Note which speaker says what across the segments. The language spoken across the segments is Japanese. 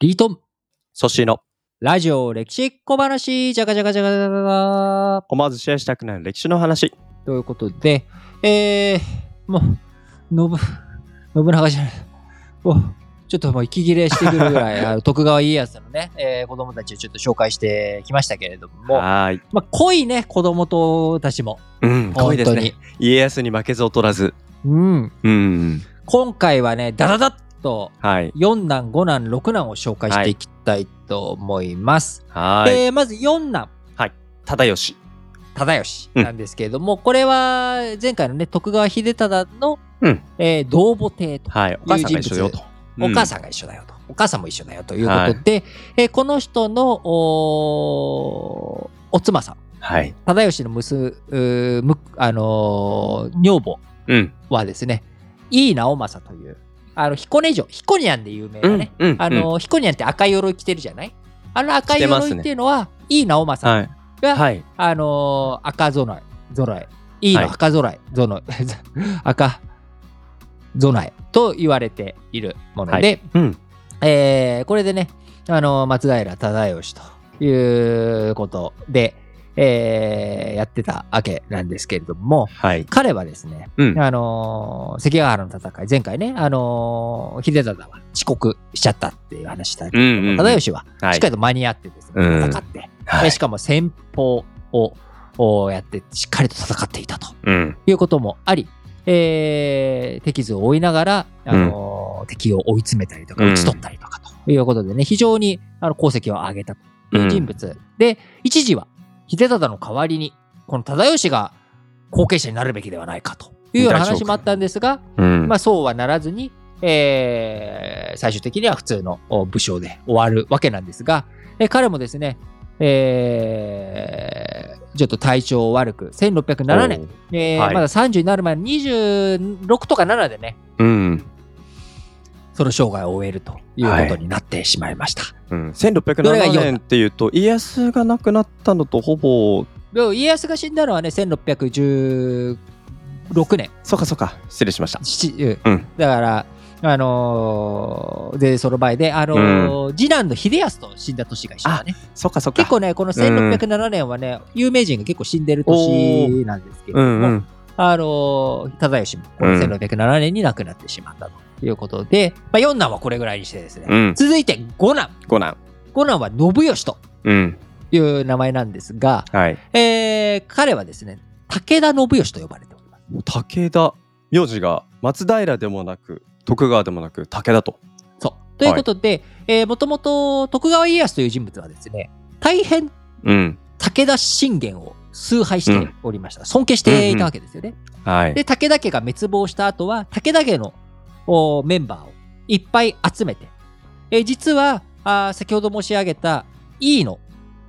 Speaker 1: リートン、
Speaker 2: ソシーの
Speaker 1: ラジオ歴史小話、じゃがじゃがじゃがじゃがじゃが。
Speaker 2: 思わずシェアしたくなる歴史の話。
Speaker 1: ということで、えー、もう、のぶ、信 長じゃない。おちょっともう息切れしてくるぐら い、あの徳川家康のね、えー子供たちをちょっと紹介してきましたけれども、ま
Speaker 2: はーい。
Speaker 1: あ、濃いね、子供とたちも。
Speaker 2: うん、濃いです
Speaker 1: 本
Speaker 2: ね。家康に負けず劣らず。
Speaker 1: 当に。うん。
Speaker 2: うん。
Speaker 1: 今回はね、ダダダッと、
Speaker 2: はい。
Speaker 1: 4男、5男、6男を紹介していきたいと思います。
Speaker 2: はーい。
Speaker 1: で、まず4男、
Speaker 2: 忠義。
Speaker 1: 忠義
Speaker 2: うん
Speaker 1: なんですけれども、これは前回のね、徳川秀忠の、
Speaker 2: うん
Speaker 1: えー同母帝と、
Speaker 2: はい。お母さんが一緒よと。
Speaker 1: お母
Speaker 2: ん。
Speaker 1: さんが一緒だよと、お母さんも一緒だよということで、えーこの人のおーお妻さん、
Speaker 2: はい。
Speaker 1: 忠義の娘、うーむあのー女房
Speaker 2: うん。
Speaker 1: はですね、井伊直政という、あの彦根城、彦根庵で有名
Speaker 2: う。
Speaker 1: なんね、
Speaker 2: うん
Speaker 1: あのー彦根庵って赤い鎧着てるじゃないあの赤い鎧っていうのは、井伊直
Speaker 2: うん
Speaker 1: 政
Speaker 2: はい。
Speaker 1: が、
Speaker 2: はい。
Speaker 1: あのー赤ぞろい、ぞろい、いい
Speaker 2: はい
Speaker 1: の赤ぞろい、ぞろい、 赤ぞろいと言われているもので、
Speaker 2: うん。
Speaker 1: えーこれでね、あのー松平忠義ということで、えーやってたわけなんですけれども、
Speaker 2: はい。
Speaker 1: 彼はですね、
Speaker 2: うん。
Speaker 1: あのー関ヶ原の戦い、前回ね、あのー秀忠は遅刻しちゃったっていう話したけど、
Speaker 2: うんうんうん
Speaker 1: 忠義は
Speaker 2: は
Speaker 1: しっ
Speaker 2: い
Speaker 1: か。りと間に合ってですね、
Speaker 2: うん
Speaker 1: 戦って、
Speaker 2: は
Speaker 1: え
Speaker 2: い
Speaker 1: しかも先方ををやってしっかりと戦っていたと
Speaker 2: うん。
Speaker 1: いうこともあり、えー、敵図を追いながら、あのー敵を追い詰めたりとか
Speaker 2: うん
Speaker 1: 打ち取ったりとかということでね、非常にあの功績を上げたという人物、で一時は秀忠の代わりにこの忠義が後継者になるべきではないかというような
Speaker 2: 大将
Speaker 1: 話
Speaker 2: 軍
Speaker 1: もあったんですが、
Speaker 2: うん。
Speaker 1: まあ、そうはならずに、えー最終的には普通のお武将で終わるわけなんですが、えー彼もですね、えーちょっと体調を悪く1607年、えー
Speaker 2: はい
Speaker 1: まだ30になる前の26とか7でね
Speaker 2: おー。うん。
Speaker 1: その生涯を終えるということになってしまいました。
Speaker 2: うん、
Speaker 1: どれが
Speaker 2: 1607
Speaker 1: 良い
Speaker 2: 年っていうと家康が亡くなったのとほぼ
Speaker 1: でも家康が死んだのはね1616年
Speaker 2: そうかそうか失礼しました
Speaker 1: 7、
Speaker 2: うん
Speaker 1: だからあのーでその前で、あのー次男の秀康と死んだ年が一緒だね。
Speaker 2: そうかそうか
Speaker 1: 結構ね、この1607年はね、有名人が結構死んでる年なんですけれ
Speaker 2: う
Speaker 1: ども、
Speaker 2: んうん
Speaker 1: あのー、忠義もこの1607年に亡くなってしまったということで、まあ、4男はこれぐらいにしてですね、
Speaker 2: うん
Speaker 1: 続いて5男、
Speaker 2: 五男
Speaker 1: 5男は信義と
Speaker 2: うん
Speaker 1: いう名前なんですが、
Speaker 2: はい
Speaker 1: えー彼はですね、武田信義と呼ばれております。
Speaker 2: 武田名字が松平でもなく徳川でもなく武田と
Speaker 1: そう。ということで、もともと徳川家康という人物はですね、大変
Speaker 2: うん
Speaker 1: 武田信玄を崇拝しておりました。尊敬していたわけですよね。
Speaker 2: はい
Speaker 1: で武田家が滅亡した後は武田家のおメンバーをいっぱい集めて、えー実はあー先ほど申し上げた井伊の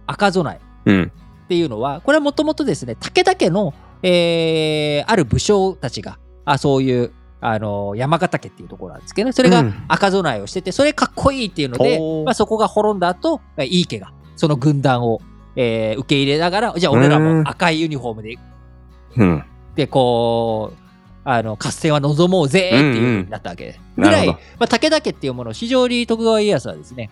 Speaker 1: 赤備え
Speaker 2: うん
Speaker 1: っていうのはこれはもともとですね武田家の、えーある武将たちがあそういう、あのー山形家っていうところなんですけど、ね、それが
Speaker 2: うん
Speaker 1: 赤備えをしててそれかっこいいっていうので、
Speaker 2: おー
Speaker 1: まあ、そこが滅んだ後まあ井伊家がその軍団を、えー受け入れながらじゃあ俺らも赤いユニフォームで
Speaker 2: うん
Speaker 1: でこうあの合戦は望もうぜっていう風になったわけで、
Speaker 2: うん
Speaker 1: ぐらい、ま
Speaker 2: なるほど
Speaker 1: あ、武田家っていうものを非常に徳川家康はですね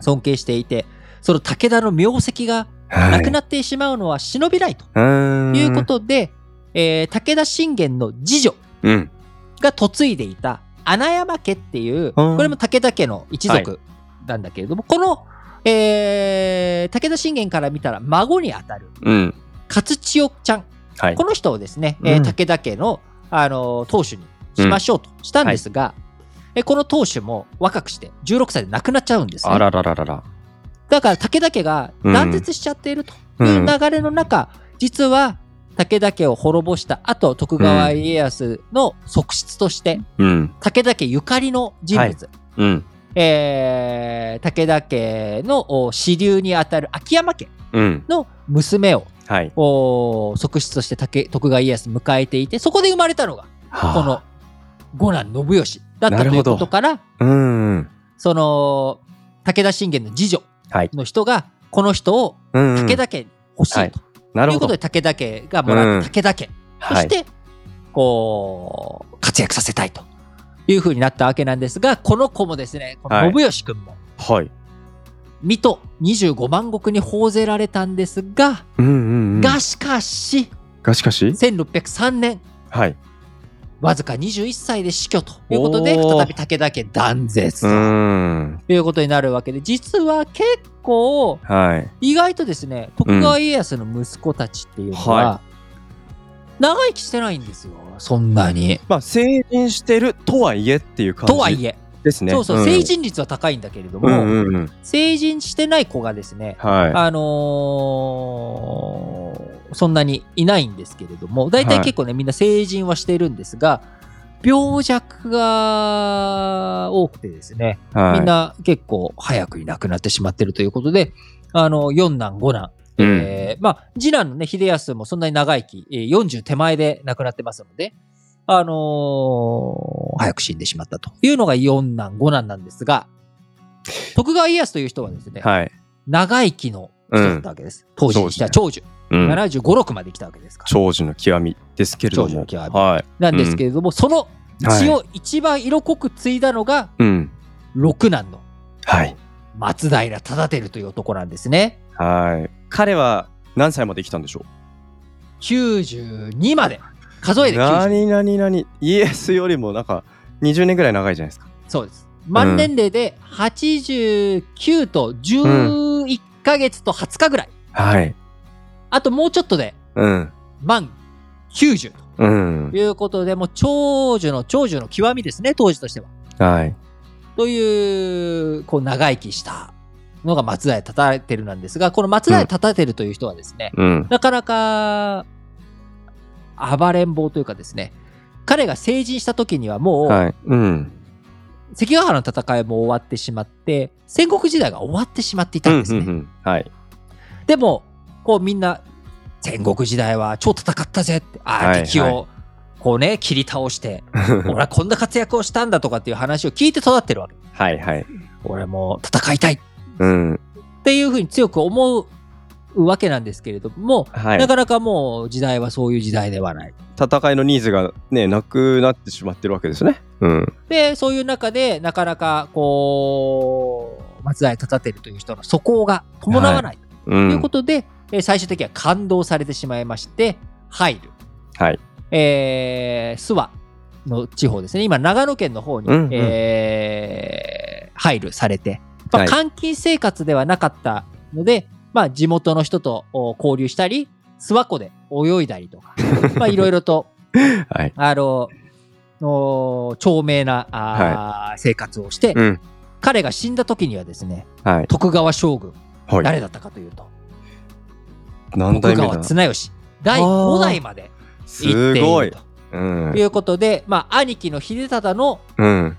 Speaker 1: 尊敬していてその武田の名跡がなくなってしまうのは忍びないと
Speaker 2: はい
Speaker 1: いうことで、えー武田信玄の次女
Speaker 2: うん
Speaker 1: が嫁いでいた穴山家っていう
Speaker 2: うん
Speaker 1: これも武田家の一族なんだけれども、この、えー武田信玄から見たら孫にあたる
Speaker 2: うん
Speaker 1: 勝千代ちゃん
Speaker 2: はい
Speaker 1: この人をですね、えー
Speaker 2: うん
Speaker 1: 武田家の、あのー当主にしましょうとしたんですが、えこの当主も若くして16歳で亡くなっちゃうんです、ね、
Speaker 2: あららららら
Speaker 1: だから武田家が断絶しちゃっているという流れの中、実は武田家を滅ぼした後徳川家康の側室として
Speaker 2: うん
Speaker 1: 武田家ゆかりの人物、
Speaker 2: はいうん
Speaker 1: えー武田家のお支流にあたる秋山家
Speaker 2: うん
Speaker 1: の娘を
Speaker 2: はい
Speaker 1: お側室として武徳川家康迎えていてそこで生まれたのがこの五男信義だった
Speaker 2: な
Speaker 1: と
Speaker 2: る
Speaker 1: いう
Speaker 2: ほ
Speaker 1: こ
Speaker 2: ど
Speaker 1: とから
Speaker 2: うんうん
Speaker 1: その武田信玄の次女
Speaker 2: はい
Speaker 1: の人がこの人を
Speaker 2: うんうん
Speaker 1: 武田家に欲しいと、
Speaker 2: はいなる
Speaker 1: いう
Speaker 2: ほ
Speaker 1: こ
Speaker 2: ど
Speaker 1: とで武田家がもらっ
Speaker 2: うん
Speaker 1: た武田家と
Speaker 2: は
Speaker 1: し
Speaker 2: い
Speaker 1: て、こう活躍させたいというふうになったわけなんですがこの子もですねこ
Speaker 2: は
Speaker 1: の
Speaker 2: い
Speaker 1: 信義君も
Speaker 2: はい。
Speaker 1: 水戸25万石に報ぜられたんですが、
Speaker 2: うんうんうん。
Speaker 1: がしかし
Speaker 2: がしかし。
Speaker 1: 1603年
Speaker 2: はい。
Speaker 1: わずか21歳で死去ということで
Speaker 2: おー
Speaker 1: 再び武田家断絶
Speaker 2: う
Speaker 1: と
Speaker 2: ーん。
Speaker 1: いうことになるわけで実は結構
Speaker 2: はい。
Speaker 1: 意外とですね徳川家康の息子たちっていうの
Speaker 2: うん
Speaker 1: は
Speaker 2: は
Speaker 1: 長生きしてないんですよそんなに。
Speaker 2: まあ成人してるとはいえっていう感じ。
Speaker 1: とはいえ、
Speaker 2: ですね。
Speaker 1: そうそう、
Speaker 2: ん
Speaker 1: 成。人率は高いんだけれども、
Speaker 2: うんうんうん。
Speaker 1: 成人してない子がですね、
Speaker 2: は
Speaker 1: あのーそんなにいないんですけれども、大体
Speaker 2: はい
Speaker 1: 結構ね、みんな成人はしているんですが、病弱が多くてですね、
Speaker 2: い。はい。
Speaker 1: みん。な結構早くいなくなってしまってるということで、あの、4男、5男、
Speaker 2: うん。
Speaker 1: えーまあ、次男のね、秀康もそんなに長生き、えー40手前で亡くなってますので、あのー早く死んでしまったというのが四男、五男なんですが、徳川家康という人はですね、
Speaker 2: はい。
Speaker 1: 長生きの人だったわけです。当時にしては長寿、
Speaker 2: うん。
Speaker 1: 75、6まで来たわけですから。
Speaker 2: 長寿の極みですけれども。
Speaker 1: 長寿の極み
Speaker 2: は
Speaker 1: なんですけれども、その
Speaker 2: い。はい
Speaker 1: 血。を一番色濃く継いだのが、
Speaker 2: うん。
Speaker 1: 六男の
Speaker 2: はい。
Speaker 1: 松平忠輝という男なんですね。
Speaker 2: はい。彼は何歳まで生きたんでしょう。
Speaker 1: 92まで。数えで92。
Speaker 2: 何何何イエスよりもなんか20年ぐらい長いじゃないですか。
Speaker 1: そうです。満年齢で89と11ヶ月と20日ぐらい。
Speaker 2: はい。
Speaker 1: あともうちょっとで
Speaker 2: うん。
Speaker 1: 満90
Speaker 2: うん
Speaker 1: と。いうことで、もう長寿の長寿の極みですね、当時としては。
Speaker 2: はい。
Speaker 1: という、こう長生きしたのが松平忠輝なんですが、この松平忠輝という人はですね、
Speaker 2: うん。
Speaker 1: なかなか暴れん坊というかですね、彼が成人した時にはもう、
Speaker 2: はい。うん。
Speaker 1: 関ヶ原の戦いも終わってしまって戦国時代が終わってしまっていたんですね、
Speaker 2: ん。 はい。
Speaker 1: でもこうみんな戦国時代は超戦ったぜってあ
Speaker 2: は
Speaker 1: あ
Speaker 2: い
Speaker 1: 敵
Speaker 2: は
Speaker 1: をこうね切り倒 して俺はこんな活躍をしたんだとかっていう話を聞いて育ってるわけ
Speaker 2: はいはい。
Speaker 1: 俺も戦いたいっ
Speaker 2: うん。
Speaker 1: ていうふうに強く思うわけなんですけれども、
Speaker 2: は。
Speaker 1: ないかなかもう時代はそういう時代ではない
Speaker 2: 戦いのニーズがね、なくなってしまってるわけですね。うん。
Speaker 1: でそういう中でなかなかこう松平忠輝という人の素行が伴わない、と
Speaker 2: う
Speaker 1: いうこ
Speaker 2: ん。
Speaker 1: とで、えー最終的には感動されてしまいまして、入る。
Speaker 2: はい。
Speaker 1: えー、諏訪の地方ですね。今、長野県の方に、
Speaker 2: うんうん
Speaker 1: えー入るされて、まあ、
Speaker 2: はい
Speaker 1: 監禁生活ではなかったので、まあ、地元の人とお交流したり、諏訪湖で泳いだりと か、まあ、いろいろと、
Speaker 2: はい。
Speaker 1: あの、お長命なあー、生活をして、
Speaker 2: うん。
Speaker 1: 彼が死んだ時にはですね、
Speaker 2: はい。
Speaker 1: 徳川将軍、
Speaker 2: はい。
Speaker 1: 誰だったかというと、
Speaker 2: 何
Speaker 1: 徳
Speaker 2: 代目
Speaker 1: 川
Speaker 2: だ
Speaker 1: 綱吉第5代まです行ってい
Speaker 2: ご
Speaker 1: る
Speaker 2: い。
Speaker 1: と
Speaker 2: うん
Speaker 1: と。いうことで、まあ、兄貴の秀忠の
Speaker 2: うん。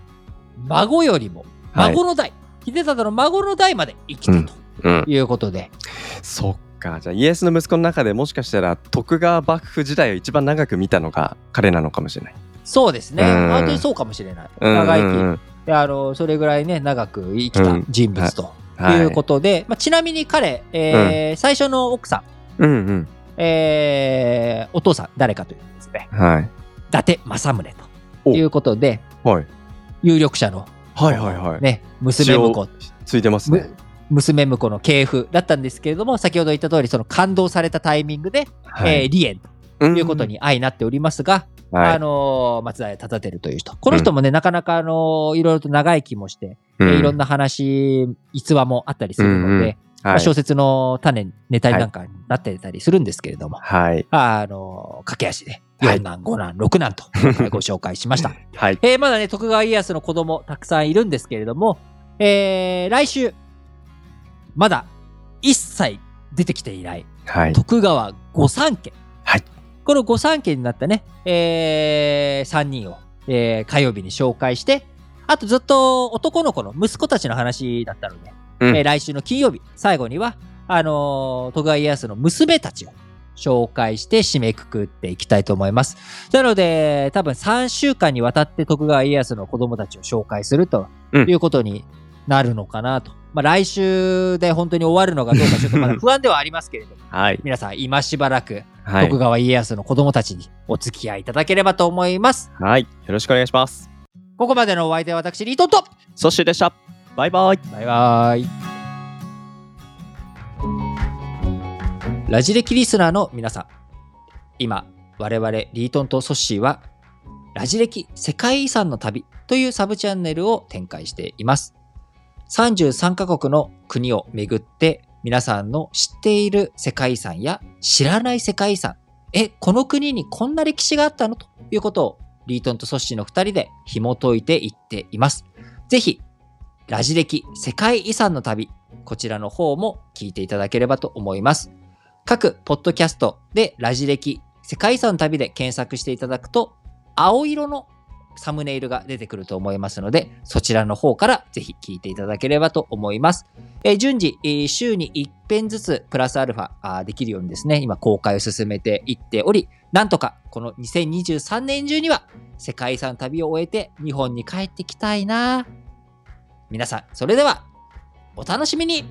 Speaker 1: 孫よりも
Speaker 2: はい
Speaker 1: 孫の代、秀忠の孫の代まで生きたと
Speaker 2: うん。
Speaker 1: いうことで、
Speaker 2: そっか。じゃあ、イエスの息子の中でもしかしたら、徳川幕府時代を一番長く見たのが彼なのかもしれない。
Speaker 1: そうですね、
Speaker 2: うん
Speaker 1: 本当にそうかもしれない、
Speaker 2: うん
Speaker 1: 長
Speaker 2: う
Speaker 1: 生
Speaker 2: ん
Speaker 1: きであのそれぐらいね長く生きた人物と
Speaker 2: うんはい
Speaker 1: いうことで、まあ、ちなみに彼、えー最初の奥さん、
Speaker 2: うん
Speaker 1: えーお父さん誰かというとですね
Speaker 2: うん。はい。
Speaker 1: 伊達政宗ということで
Speaker 2: はい。
Speaker 1: 有力者の、
Speaker 2: はいはいはい。
Speaker 1: ね、娘婿
Speaker 2: ついてますね。
Speaker 1: 娘婿の系譜だったんですけれども先ほど言った通りその感動されたタイミングで、
Speaker 2: は
Speaker 1: えー、離縁
Speaker 2: と
Speaker 1: ということ。に相なっておりますが、
Speaker 2: うんは
Speaker 1: あ
Speaker 2: い。
Speaker 1: のー松平忠輝という人この人もね、なかなか、あのーいろいろと長生きもして、えーいろん
Speaker 2: な、
Speaker 1: な話逸話もあったりするので、
Speaker 2: うんうん
Speaker 1: ま
Speaker 2: は
Speaker 1: あ
Speaker 2: い。
Speaker 1: 小説の種ネタになんかになってたりするんですけれども、
Speaker 2: はい。
Speaker 1: あのー駆け足で
Speaker 2: はい
Speaker 1: 4男、5男6男 とえーご紹介しました、
Speaker 2: はい。
Speaker 1: えーまだね徳川家康の子供たくさんいるんですけれども、えー来週まだ一切出てきていない
Speaker 2: はい。
Speaker 1: 徳川御三家、
Speaker 2: はい
Speaker 1: この御三家になったね、え3人を、えー火曜日に紹介してあとずっと男の子の息子たちの話だったので、
Speaker 2: うん
Speaker 1: えー来週の金曜日最後にはあのー徳川家康の娘たちを紹介して締めくくっていきたいと思いますなので多分3週間にわたって徳川家康の子供たちを紹介すると
Speaker 2: うん
Speaker 1: いうことになるのかなと、まあ、来週で本当に終わるのかどうかちょっとまだ不安ではありますけれども
Speaker 2: はい。
Speaker 1: 皆さん今しばらく
Speaker 2: はい
Speaker 1: 徳。川家康の子供たちにお付き合いいただければと思います、
Speaker 2: はい。よろしくお願いします。
Speaker 1: ここまでのお相手は私リトンと
Speaker 2: ソッシーでした。バイバイ
Speaker 1: バイバイ。ラジレキリスナーの皆さん、今、我々リートンとソッシーは、ラジレキ世界遺産の旅というサブチャンネルを展開しています。33カ国の国を巡って、皆さんの知っている世界遺産や知らない世界遺産、え、この国にこんな歴史があったのということを、リートンとソッシーの2人で紐解いていっています。ぜひ、ラジ歴世界遺産の旅、こちらの方も聞いていただければと思います。各ポッドキャストでラジ歴世界遺産の旅で検索していただくと、青色のサムネイルが出てくると思いますので、そちらの方からぜひ聞いていただければと思います。えー順次、えー週に1編ずつプラスアルファあーできるようにですね、今公開を進めていっており、なんとかこの2023年中には世界遺産の旅を終えて日本に帰ってきたいなぁ皆さん、それでは、お楽しみに